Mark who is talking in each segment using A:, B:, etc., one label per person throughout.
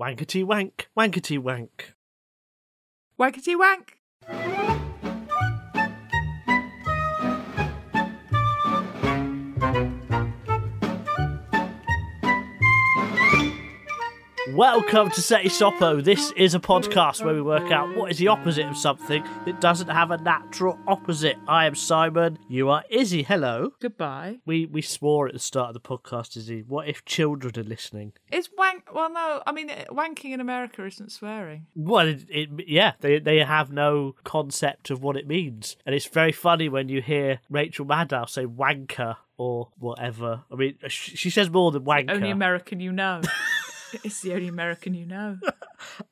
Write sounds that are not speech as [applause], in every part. A: Wankety wank, wankety wank.
B: Wankety wank.
A: Welcome to Seti Sopo. This is a podcast where we work out what is the opposite of something that doesn't have a natural opposite. I am Simon. You are Izzy. Hello.
B: Goodbye.
A: We we swore at the start of the podcast, Izzy. What if children are listening?
B: Is wank? Well, no. I mean, eh, wanking in America isn't swearing.
A: Well, it, it, yeah, they they have no concept of what it means, and it's very funny when you hear Rachel Maddow say wanker or whatever. I mean, sh- she says more than wanker.
B: Only American
A: [laughs]
B: you know. it's the only American you know.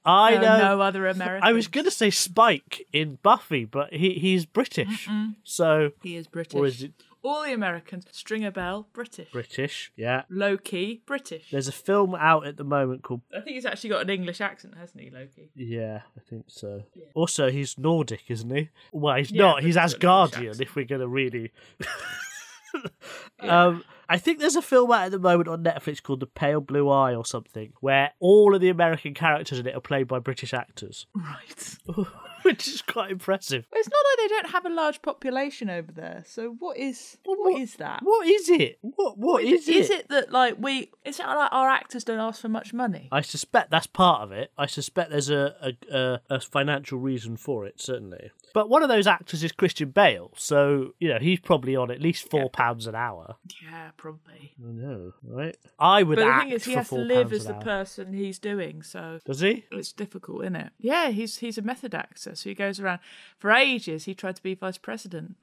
A: I
B: There
A: know.
B: are No other American.
A: I was going to say Spike in Buffy, but he he's British, so
B: He is British.
A: or is it
B: All the Americans. Stringer Bell, British.
A: British? Yeah.
B: Loki, British.
A: There's a film out at the moment called
B: I think he's actually got an English accent, hasn't
A: [laughs]
B: he, Loki?
A: Yeah, I think so. Also, he's Nordic, isn't he? Well, he's
B: Yeah,
A: not.
B: but
A: He's
B: he's got an
A: Asgardian.
B: English accent.
A: If we're gonna really. Um, I think there's a film out at the moment on Netflix called The Pale Blue Eye or something, where all of the American characters in it are played by British actors, [laughs]
B: Right.
A: which is quite impressive.
B: Well, it's not like they don't have a large population over there. So what is what is that?
A: What is it? What what is,
B: Is it that like we? Is it like our actors don't ask for much money?
A: I suspect that's part of it. I suspect there's a, a, a, a financial reason for it, certainly. But one of those actors is Christian Bale, so you know he's probably on at least four pounds an hour.
B: Yeah, probably.
A: I know, right? I would
B: But the
A: act
B: thing is, he
A: for
B: has to
A: four
B: live
A: pounds
B: as
A: an
B: the
A: hour.
B: person he's doing, so
A: Does he?
B: it's difficult, isn't it? Yeah, he's he's a method actor, so he goes around for ages. He tried to be vice president,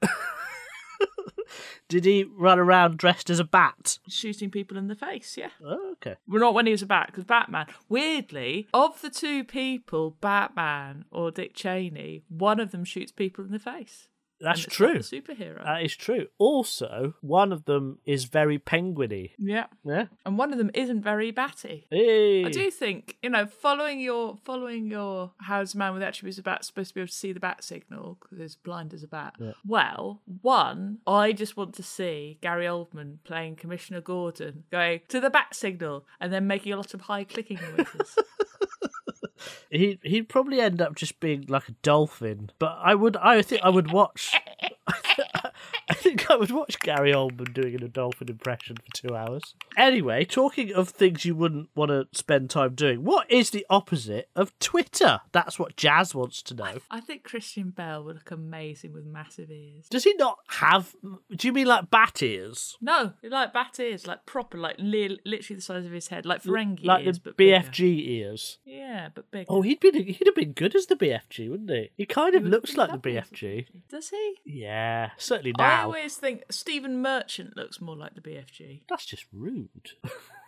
A: Did he run around dressed as a bat?
B: shooting people in the face. Yeah,
A: Oh, okay.
B: well, not when he was a bat, because Batman. Weirdly, of the two people, Batman or Dick Cheney, one of them shoots people in the face.
A: That's
B: and it's
A: true.
B: not the superhero.
A: That is true. Also, one of them is very penguiny.
B: yeah,
A: Yeah.
B: and one of them isn't very batty.
A: Hey.
B: I do think you know following your following your how's a man with attributes of bat supposed to be able to see the bat signal because it's blind as a bat. Well, one, I just want to see Gary Oldman playing Commissioner Gordon going to the bat signal and then making a lot of high clicking
A: [laughs]
B: noises.
A: He he'd probably end up just being like a dolphin. But I would I think I would watch. [laughs] I think I would watch Gary Oldman doing a dolphin impression for two hours. Anyway, talking of things you wouldn't want to spend time doing, what is the opposite of Twitter? That's what Jazz wants to know.
B: I think Christian Bell would look amazing with massive ears.
A: Does he not have? Do you mean like bat ears?
B: No, like bat ears, like proper, like li- literally the size of his head, like Ferengi
A: like
B: ears,
A: the
B: but bigger.
A: BFG ears.
B: Yeah, but big.
A: Oh, he'd been he'd have been good as the BFG, wouldn't he? He kind of looks like the BFG.
B: does he?
A: Yeah, certainly
B: I
A: now.
B: always think Stephen Merchant looks more like the BFG,
A: That's just rude.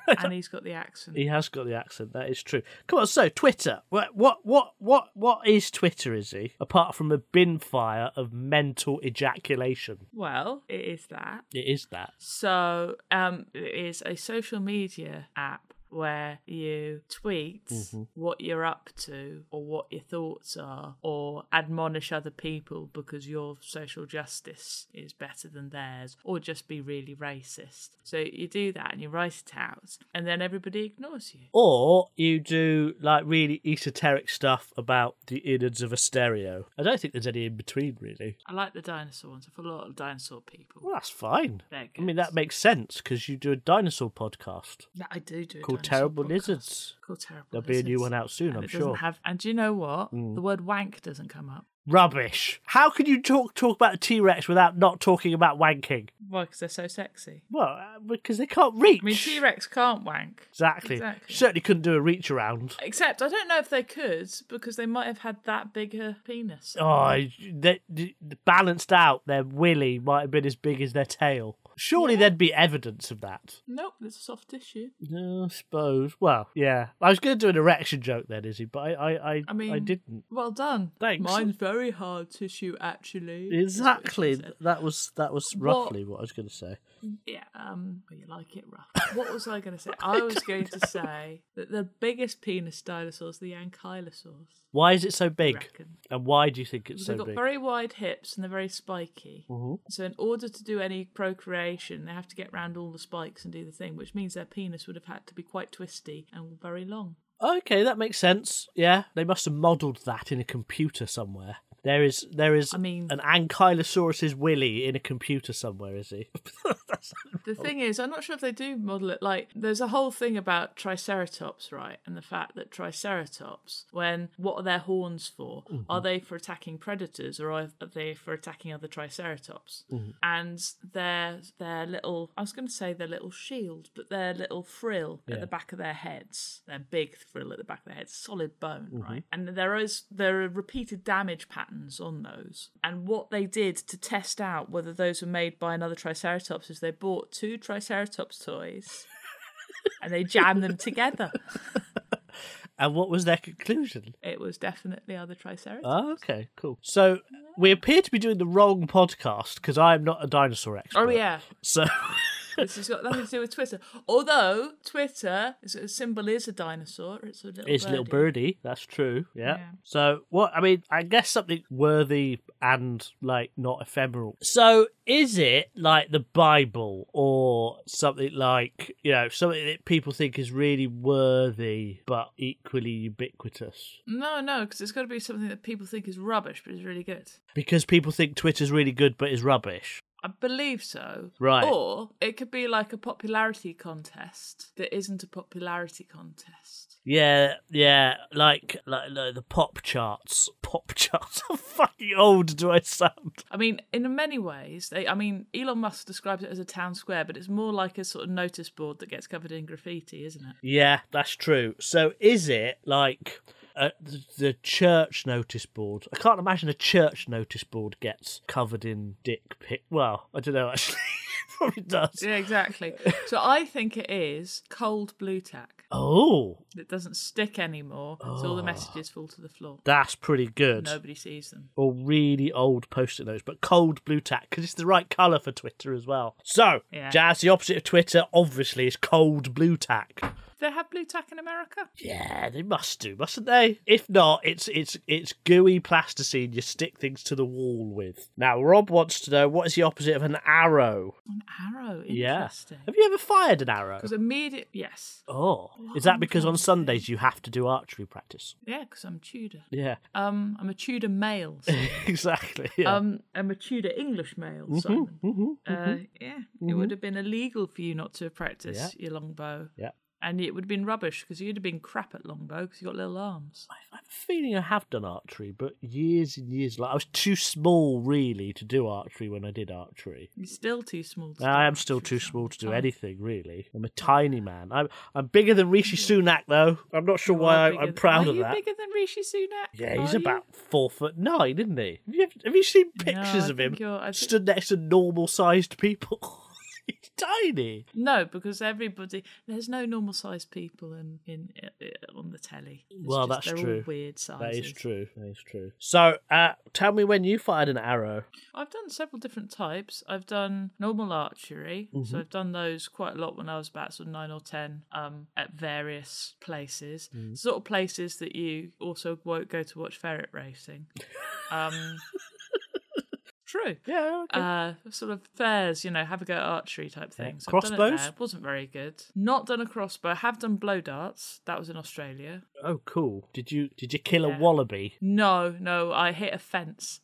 B: and he's got the accent.
A: he has got the accent. That is true. Come on, so Twitter. What what what what what is Twitter? Is he apart from a bin fire of mental ejaculation?
B: Well, it is that.
A: It is that.
B: So, um, it is a social media app where you tweet
A: Mm-hmm.
B: what you're up to or what your thoughts are, or admonish other people because your social justice is better than theirs, or just be really racist. So you do that and you write it out, and then everybody ignores you.
A: Or you do like really esoteric stuff about the innards of a stereo. I don't think there's any in between really.
B: I like the dinosaur ones. I follow a lot of dinosaur people.
A: Well, that's fine.
B: They're
A: I mean,
B: good.
A: that makes sense because you do a dinosaur podcast
B: Yeah, I do do. a
A: called
B: dinosaur
A: Terrible
B: podcast.
A: Lizards.
B: Called terrible.
A: There'll be a new
B: Lizards.
A: one out soon,
B: And
A: I'm
B: it doesn't
A: sure. Mm.
B: Have, and do you know what? The word wank doesn't come up.
A: Rubbish. How can you talk talk about T Rex without not talking about wanking?
B: Why? Because they're so sexy.
A: Well, uh, because they can't reach.
B: I mean, T Rex can't wank.
A: Exactly.
B: Exactly.
A: Certainly couldn't do a reach around.
B: Except I don't know if they could because they might have had that bigger penis.
A: Oh, they, they- balanced out, their willy might have been as big as their tail. Surely there'd be evidence of that.
B: Nope, there's soft tissue.
A: No, I suppose. Well, yeah. I was going to do an erection joke then, Izzy, but I, I, I,
B: I mean,
A: I didn't.
B: Well done.
A: Thanks.
B: Mine's very hard tissue, actually. That's what she
A: Exactly.
B: said.
A: That was that was
B: What-
A: roughly what I was going to say.
B: Yeah, um, well, you like it rough. What was I going to say? I was
A: [laughs]
B: going to say that the biggest penis dinosaurs, the ankylosaurs.
A: Why is it so big?
B: reckon.
A: And why do you think it's
B: They've
A: so
B: got
A: big? Mm-hmm.
B: very wide hips and they're very spiky. So, in order to do any procreation, they have to get round all the spikes and do the thing, which means their penis would have had to be quite twisty and very long.
A: Okay, that makes sense. Yeah, they must have modelled that in a computer somewhere. There is, there is.
B: I mean-
A: an ankylosaurus's willy in a computer somewhere, is he? That's-
B: The thing is, I'm not sure if they do model it. Like, there's a whole thing about Triceratops, right? And the fact that Triceratops, when what are their horns for?
A: Mm-hmm.
B: Are they for attacking predators, or are they for attacking other Triceratops?
A: Mm-hmm.
B: And their their little, I was going to say their little shield, but their little frill at
A: Yeah.
B: the back of their heads, their big frill at the back of their heads, solid bone,
A: Mm-hmm.
B: right? And there is there are repeated damage patterns on those. And what they did to test out whether those were made by another Triceratops is they bought two Triceratops
A: [laughs]
B: toys and they jammed them together.
A: and what was their conclusion?
B: It was definitely other Triceratops.
A: Oh, okay, cool. So we appear to be doing the wrong podcast because I'm not a dinosaur expert.
B: oh yeah,
A: So
B: this has got nothing to do with Twitter. Although Twitter, its symbol is a dinosaur. It's a little.
A: it's
B: birdie.
A: little birdie. That's true. Yeah.
B: Yeah.
A: So what? I mean, I guess something worthy and like not ephemeral. So is it like the Bible or something like you know something that people think is really worthy but equally ubiquitous?
B: No, no, because it's got to be something that people think is rubbish, but is really good.
A: Because people think Twitter's really good but is rubbish.
B: I believe so.
A: Right.
B: Or it could be like a popularity contest that isn't a popularity contest.
A: Yeah, yeah, like like, like the pop charts. Pop [laughs] charts. How fucking old do I sound?
B: I mean, in many ways, they. I mean, Elon Musk describes it as a town square, but it's more like a sort of notice board that gets covered in graffiti, isn't it?
A: Yeah, that's true. So is it like uh, the, the church notice board? I can't imagine a church notice board gets covered in dick pic. Well, I don't know [laughs] actually. Probably does.
B: Yeah, exactly.
A: [laughs]
B: so I think it is cold blue tack
A: Oh,
B: that doesn't stick anymore, so all
A: Ah.
B: the messages fall to the floor.
A: that's pretty good.
B: Nobody sees them.
A: Or really old post-it notes, but cold blue tack because it's the right colour for Twitter as well. So,
B: Yeah.
A: Jazz, the opposite of Twitter obviously is cold blue tack.
B: Do they have blue tack in America?
A: Yeah, they must do, mustn't they? If not, it's it's it's gooey plasticine you stick things to the wall with. Now, Rob wants to know what is the opposite of an arrow?
B: An arrow.
A: Yeah.
B: Interesting.
A: Have you ever fired an arrow?
B: Because immediate, yes,
A: Oh, is that because on Sundays you have to do archery practice?
B: yeah, because I'm Tudor.
A: Yeah, [laughs]
B: Um, I'm a Tudor male. Simon.
A: exactly. Yeah.
B: um, I'm a Tudor English male.
A: Mm-hmm,
B: Simon. uh, yeah, it would have been illegal for you not to practice
A: Yeah.
B: your longbow.
A: Yeah.
B: And it would have been rubbish because you'd have been crap at longbow because you got little arms.
A: I have a feeling I have done archery, but years and years like I was too small really to do archery when I did archery.
B: You're still too small.
A: I
B: To do
A: am still
B: archery,
A: too
B: Simon.
A: small to do
B: Oh,
A: anything, really. I'm a tiny man. I'm I'm bigger than Rishi Sunak, though. I'm not sure
B: you
A: why
B: are
A: I,
B: bigger
A: I'm
B: than-
A: proud
B: are
A: of
B: you
A: that.
B: bigger than Rishi Sunak?
A: Yeah, he's
B: Are you?
A: about four foot nine, isn't he? Have you, have you seen pictures
B: I
A: of him
B: think you're- I think-
A: stood next to normal sized people? [laughs] he's tiny.
B: No, because everybody there's no normal sized people in in uh, on the telly. It's
A: Well,
B: just
A: that's
B: they're
A: true.
B: All weird
A: That
B: sizes.
A: is true. That is true. So, uh, tell me when you fired an arrow.
B: I've done several different types. I've done normal archery, so I've done those quite a lot when I was about sort of nine or ten um, at various places, sort of places that you also won't go to watch ferret racing. Um, true.
A: Yeah.
B: Uh, sort of fairs, you know, have a go at archery type things. I've done it
A: Crossbows?
B: there. wasn't very good. Not done a crossbow. Have done blow darts. That was in Australia.
A: Oh, cool. Did you did you kill
B: Yeah.
A: a wallaby
B: No, no, I hit a fence.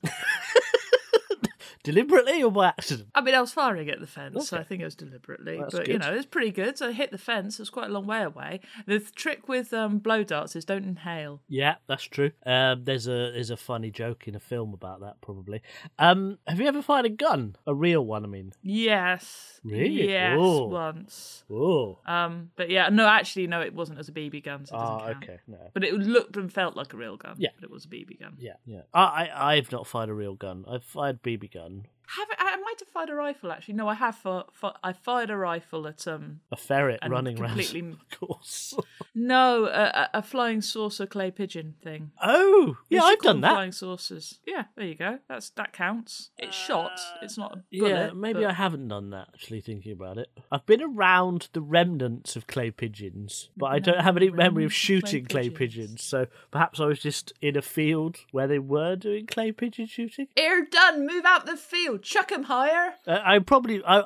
A: deliberately or by accident?
B: I mean, I was firing at the fence, so I
A: Okay.
B: think it was deliberately.
A: That's
B: but you
A: good.
B: know, it's pretty good. So I hit the fence. It's quite a long way away. The th- trick with um, blow darts is don't inhale.
A: Yeah, that's true. Um, there's a there's a funny joke in a film about that probably. Um, have you ever fired a gun? A real one, I mean.
B: Yes.
A: Really?
B: Yes.
A: Ooh.
B: Once.
A: Oh.
B: Um. But yeah, no, actually, no, it wasn't. It was a BB gun, so it doesn't
A: Ah,
B: count.
A: okay. No.
B: But it looked and felt like a real gun.
A: Yeah.
B: But it was a BB gun.
A: Yeah, yeah. I, I I've not fired a real gun. I've fired BB gun,
B: Have I, I might have fired a rifle actually. No, I have. For, for, I fired a rifle at um.
A: a ferret
B: And
A: running [laughs]
B: completely-
A: around. Of course.
B: No, a, a a flying saucer clay pigeon thing.
A: Oh,
B: We
A: yeah,
B: should
A: I've
B: call
A: done
B: them
A: that.
B: Flying saucers. Yeah, there you go. That's that counts. It's shot. It's not a bullet.
A: Uh, Yeah, maybe
B: but-
A: I haven't done that. Actually, thinking about it, I've been around the remnants of clay pigeons, but I don't have any memory of
B: remnants of clay
A: shooting clay
B: pigeons.
A: pigeons. So perhaps I was just in a field where they were doing clay pigeon shooting.
B: Air done. Move out the field. chuck him higher.
A: Uh, I probably I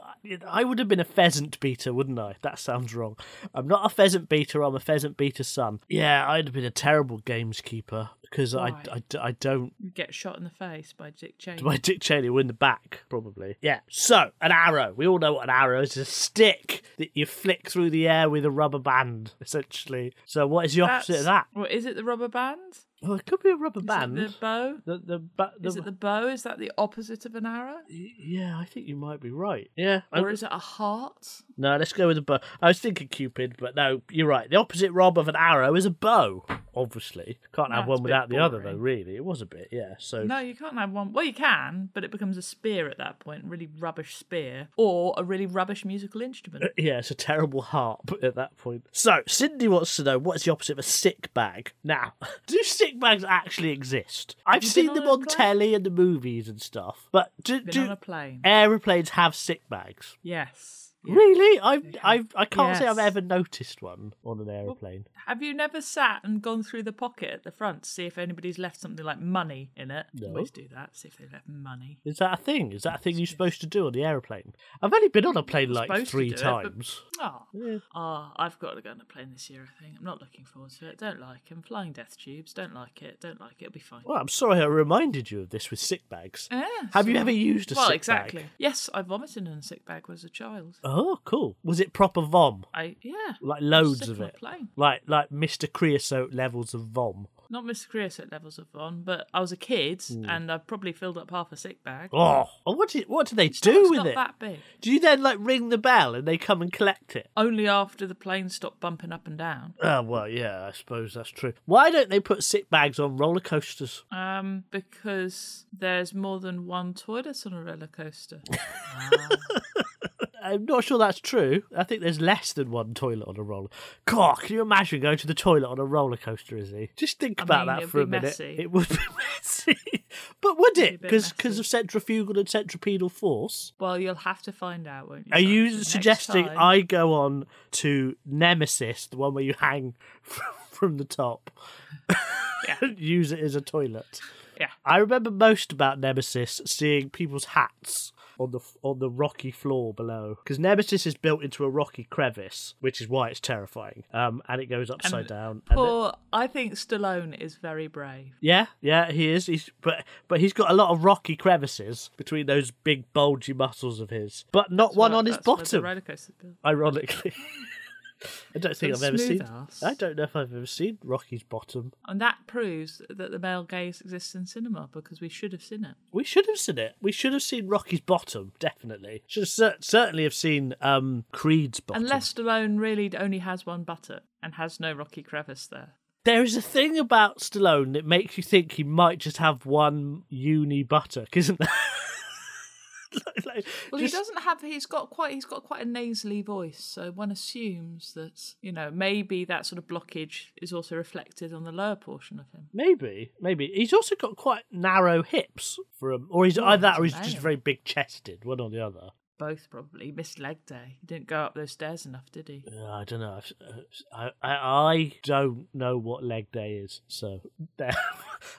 A: I would have been a pheasant beater, wouldn't I? That sounds wrong. I'm not a pheasant beater. I'm a pheasant beater's son. Yeah, I'd have been a terrible gameskeeper because I,
B: Why?
A: I d- I don't.
B: You get shot in the face by Dick
A: [laughs]
B: Cheney.
A: My Dick Cheney were in the back, probably. Yeah. So an arrow. We all know what an arrow is. It's a stick that you flick through the air with a rubber band, essentially. So what is the opposite of
B: That's-
A: that?
B: Well, is it the rubber band?
A: Well, it could be a rubber
B: Is it
A: band.
B: the bow?
A: The the, ba- the,
B: Is it the bow? Is that the opposite of an arrow?
A: yeah, I think you might be right. Yeah, I-
B: Or is it a heart?
A: No, let's go with a bow. I was thinking Cupid, but no, you're right. The opposite rob of an arrow is a bow. Obviously, can't have
B: That's a
A: one
B: bit
A: without the other, though.
B: boring.
A: Really, it was a bit, yeah. So
B: No, you can't have one. Well, you can, but it becomes a spear at that point. Really rubbish spear, or a really rubbish musical instrument.
A: yeah, it's a terrible harp at that point. So Cindy wants to know what is the opposite of a sick bag. Now, [laughs] do sick bags actually exist? I've
B: you
A: seen
B: been
A: them
B: on a
A: on
B: plane?
A: telly and the movies and stuff, but do, eh
B: Been
A: do
B: on a plane.
A: aeroplanes have sick bags?
B: Yes.
A: Really? I've, I've, I can't say I've
B: Yes.
A: ever noticed one on an aeroplane.
B: Have you never sat and gone through the pocket at the front to see if anybody's left something like money in it?
A: No.
B: Always do that. See if they left money.
A: Is that a thing? Is that a thing you're supposed to do on the airplane? I've only been on a plane like
B: supposed to
A: three
B: do it, but-
A: times.
B: Oh, oh, I've got to go on a plane this year. I think I'm not looking forward to it. Don't like him. Flying death tubes. Don't like it. Don't like it. It'll be fine.
A: Well, I'm sorry I reminded you of this with sick bags.
B: Yeah,
A: Have you
B: Uh, so-
A: ever used a
B: Well,
A: sick
B: exactly.
A: bag?
B: Yes, I vomited in a sick bag as a child.
A: Oh, cool. Was it proper vom?
B: I yeah,
A: Like loads
B: sick
A: of
B: on a
A: it?
B: plane.
A: Like like Mr. Creosote levels of vom?
B: not Mr. Creosote levels of on, but I was a kid and I probably filled up half a sick bag.
A: Mm. Oh, and what do, what do they
B: It
A: do
B: was
A: with
B: not
A: it?
B: that big.
A: Do you then like ring the bell and they come and collect it?
B: Only after the plane stopped bumping up and down.
A: Oh, well, yeah, I suppose that's true. Why don't they put sick bags on roller coasters?
B: Um, because there's more than one toilet on a
A: [laughs]
B: roller coaster.
A: I'm not sure that's true. I think there's less than one toilet on a roller. God, can you imagine going to the toilet on a roller coaster, Izzy? Just think about
B: mean,
A: that
B: it'd
A: for a
B: be
A: minute.
B: messy.
A: It would be [laughs] messy. but would it?
B: bit
A: Because
B: messy.
A: of centrifugal and centripetal force?
B: well, you'll have to find out, won't you?
A: Are
B: son?
A: you
B: So next
A: suggesting
B: time-
A: I go on to Nemesis, the one where you hang [laughs] from, from the top,
B: Yeah.
A: and [laughs] use it as a toilet?
B: Yeah.
A: I remember most about Nemesis seeing people's hats on the on the rocky floor below because Nemesis is built into a rocky crevice, which is why it's terrifying. Um, and it goes upside down. and it-
B: Poor, I think Stallone is very brave.
A: yeah, yeah, he is. He's but but he's got a lot of rocky crevices between those big bulgy muscles of his, but not one
B: Well,
A: on his
B: that's where the
A: bottom.
B: roller coaster's built.
A: Ironically. [laughs] I don't think I've
B: Some
A: ever
B: smooth
A: seen.
B: ass.
A: I don't know if I've ever seen Rocky's bottom.
B: And that proves that the male gaze exists in cinema because we should have seen it.
A: We should have seen it. We should have seen Rocky's bottom. Definitely. Should have cer- certainly have seen um, Creed's bottom.
B: Unless Stallone really only has one buttock and has no rocky crevice there.
A: There is a thing about Stallone that makes you think he might just have one uni buttock, isn't there? [laughs] Like- like,
B: Well,
A: just-
B: he doesn't have. He's got quite. He's got quite a nasally voice, so one assumes that you know maybe that sort of blockage is also reflected on the lower portion of him.
A: Maybe, maybe he's also got quite narrow hips for him, or he's either that, or
B: he's
A: he's
B: a
A: just
B: male.
A: very big chested. One or the other.
B: Both probably missed leg day. He didn't go up those stairs enough, did he?
A: Uh, I don't know. I, I I don't know what leg day is, so [laughs] I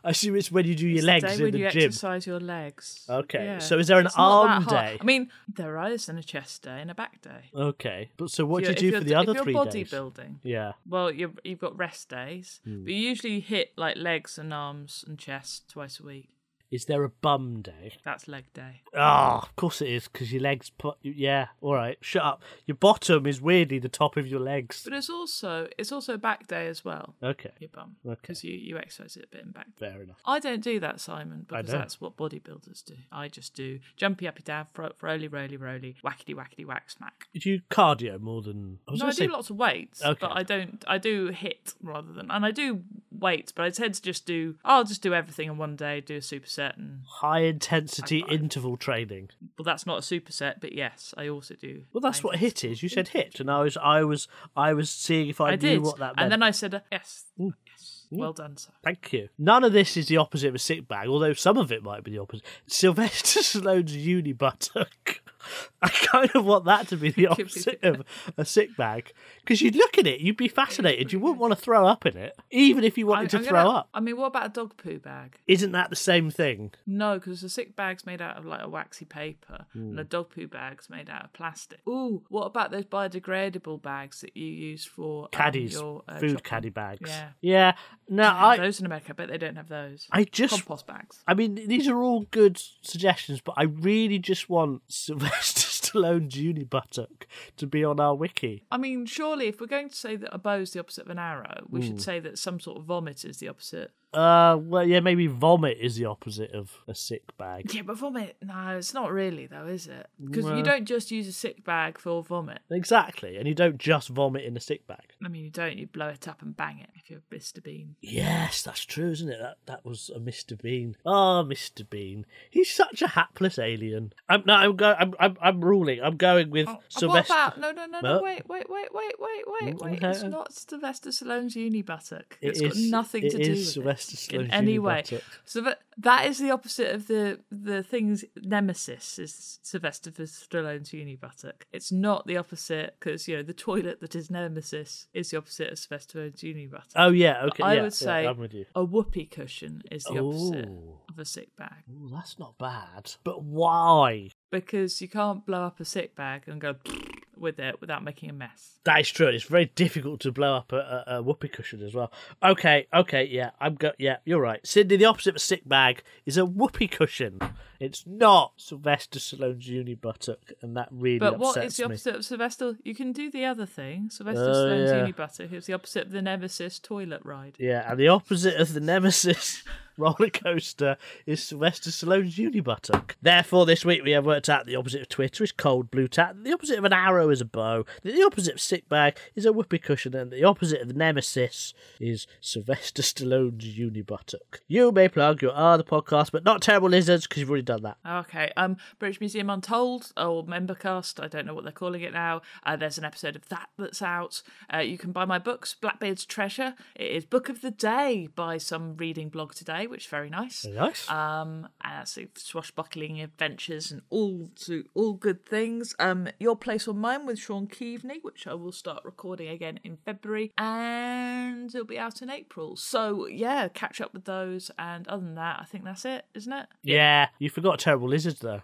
A: assume it's when you do your
B: It's the
A: legs
B: day
A: in
B: when
A: the
B: you
A: gym.
B: exercise your legs.
A: Okay,
B: Yeah.
A: so is there an
B: It's not that
A: arm
B: hard.
A: day?
B: I mean, there is and a chest day and a back day.
A: Okay, but so what do
B: If
A: you
B: you're-
A: do for
B: if
A: the
B: you're-
A: other
B: if
A: three
B: you're
A: days? Hmm.
B: Bodybuilding.
A: Yeah,
B: Well, you've, you've got rest days, but you usually hit like legs and arms and chest twice a week.
A: is there a bum day?
B: That's leg day.
A: Ah, of course it is because your legs. Put, yeah, all right, shut up. Your bottom is weirdly the top of your legs.
B: But it's also it's also back day as well.
A: Okay,
B: Your bum,
A: Okay.
B: because you you exercise it a bit in back.
A: fair enough.
B: I don't do that, Simon, because
A: don't.
B: that's what bodybuilders do. I just do jumpy uppy down, fro- roly roly roly, wackety wackety whack smack.
A: Do you cardio more than? I was
B: No, I
A: gonna
B: do
A: say-
B: lots of weights,
A: Okay.
B: but I don't. I do hit rather than, and I do weights, but I tend to just do. I'll just do everything in one day, do a superset, and
A: high intensity interval training.
B: well, that's not a superset, but yes, I also do.
A: Well, that's what hit is. You said hit, and I was, I was, I was seeing if I,
B: I
A: knew
B: did.
A: what that meant. Mm.
B: and then I said, uh, yes, yes, well done, sir.
A: Thank you. None of this is the [laughs] opposite of a sick bag, although some of it might be the opposite. Sylvester Stallone's uni buttock. [laughs] I kind of want that to be
B: [laughs]
A: the
B: Could be.
A: opposite of a sick bag because you'd look at it, you'd be fascinated, you wouldn't want to throw up in it, even if you wanted to
B: I'm
A: throw
B: gonna-
A: up.
B: I mean, what about a dog poo bag?
A: Isn't that the same thing?
B: No, because the sick bag's made out of like a waxy paper, and the
A: Hmm.
B: dog poo bag's made out of plastic. Ooh, what about those biodegradable bags that you use for um,
A: Caddies,
B: your, uh,
A: food
B: shop-
A: caddy bags.
B: Yeah.
A: yeah. No, I,
B: those in America, but they don't have those.
A: I just
B: Compost bags.
A: I mean, these are all good suggestions, but I really just want [laughs] Sylvester Stallone Junior Buttock to be on our wiki.
B: I mean, surely if we're going to say that a bow is the opposite of an arrow, we
A: Hmm.
B: should say that some sort of vomit is the opposite.
A: Uh, well, yeah, maybe vomit is the opposite of a sick bag.
B: Yeah, but vomit, no, it's not really though, is it? Because you don't just use a sick bag for vomit.
A: Exactly, and you don't just vomit in a sick bag.
B: I mean, you don't. You blow it up and bang it if you're Mr. Bean.
A: Yes, that's true, isn't it? That that was a Mr. Bean. Ah, Mr. Bean. He's such a hapless alien. I'm no, I'm go, I'm, I'm I'm ruling. I'm going with Sylvester.
B: Oh, uh, What about? No, no, no, no.
A: Well-
B: Wait, wait, wait, wait, wait, wait,
A: Mm,
B: wait.
A: okay.
B: It's not Sylvester Stallone's uni buttock.
A: It
B: It's got
A: is-
B: nothing
A: it
B: to do
A: is
B: with
A: Sylvester
B: it in
A: Stallone's
B: any
A: uni
B: way.
A: buttock.
B: So that, that is the opposite of the the thing's nemesis is Sylvester Stallone's uni buttock. It's not the opposite because you know the toilet that is nemesis is the opposite of Sylvester Stallone's uni buttock.
A: Oh yeah, okay.
B: I
A: yeah,
B: would say
A: yeah, I'm with you. Oh.
B: a whoopee cushion is the opposite
A: Ooh.
B: of a sick bag
A: Ooh, that's not bad. But why?
B: because you can't blow up a sick bag and go [sniffs] with it without making a mess.
A: That is true. It's very difficult to blow up a, a, a whoopee cushion as well. Okay, okay, yeah, I'm go. Yeah, you're right, Sydney. The opposite of a sick bag is a whoopee cushion. It's not Sylvester Stallone's uni buttock, and that really
B: But
A: upsets
B: what is the
A: me.
B: opposite of Sylvester? You can do the other thing. Sylvester
A: Oh,
B: Stallone's
A: yeah.
B: uni buttock is the opposite of the Nemesis toilet ride.
A: Yeah, and the opposite of the Nemesis [laughs] roller coaster is Sylvester Stallone's uni buttock. Therefore, this week we have worked out the opposite of Twitter is cold blue tat, the opposite of an arrow is a bow, that the opposite of sick bag is a whoopee cushion, and the opposite of Nemesis is Sylvester Stallone's uni buttock. You may plug your other podcast, but not Terrible Lizards because you've already done that.
B: Okay, um, British Museum Untold or Membercast, I don't know what they're calling it now. Uh, there's an episode of that that's out. Uh, you can buy my books, Blackbeard's Treasure. It is Book of the Day by some reading blog today, which is very nice.
A: Nice.
B: Um, and that's it, swashbuckling adventures and all to all good things. Um, Your Place or Mine with Sean Keaveney, which I will start recording again in February, and it'll be out in April. So yeah, catch up with those. And other than that, I think that's it, isn't it?
A: Yeah, you forgot Terrible Lizards, though.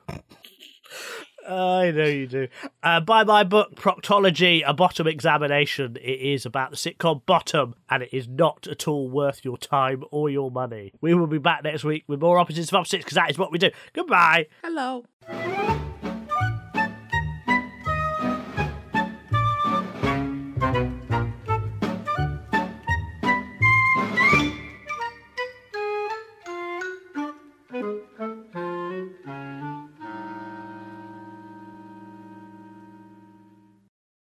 A: I know you do. Uh, buy my book, Proctology, A Bottom Examination. It is about the sitcom Bottom, and it is not at all worth your time or your money. We will be back next week with more Opposites of Opposites, because that is what we do. Goodbye.
B: Hello.
C: Thank you.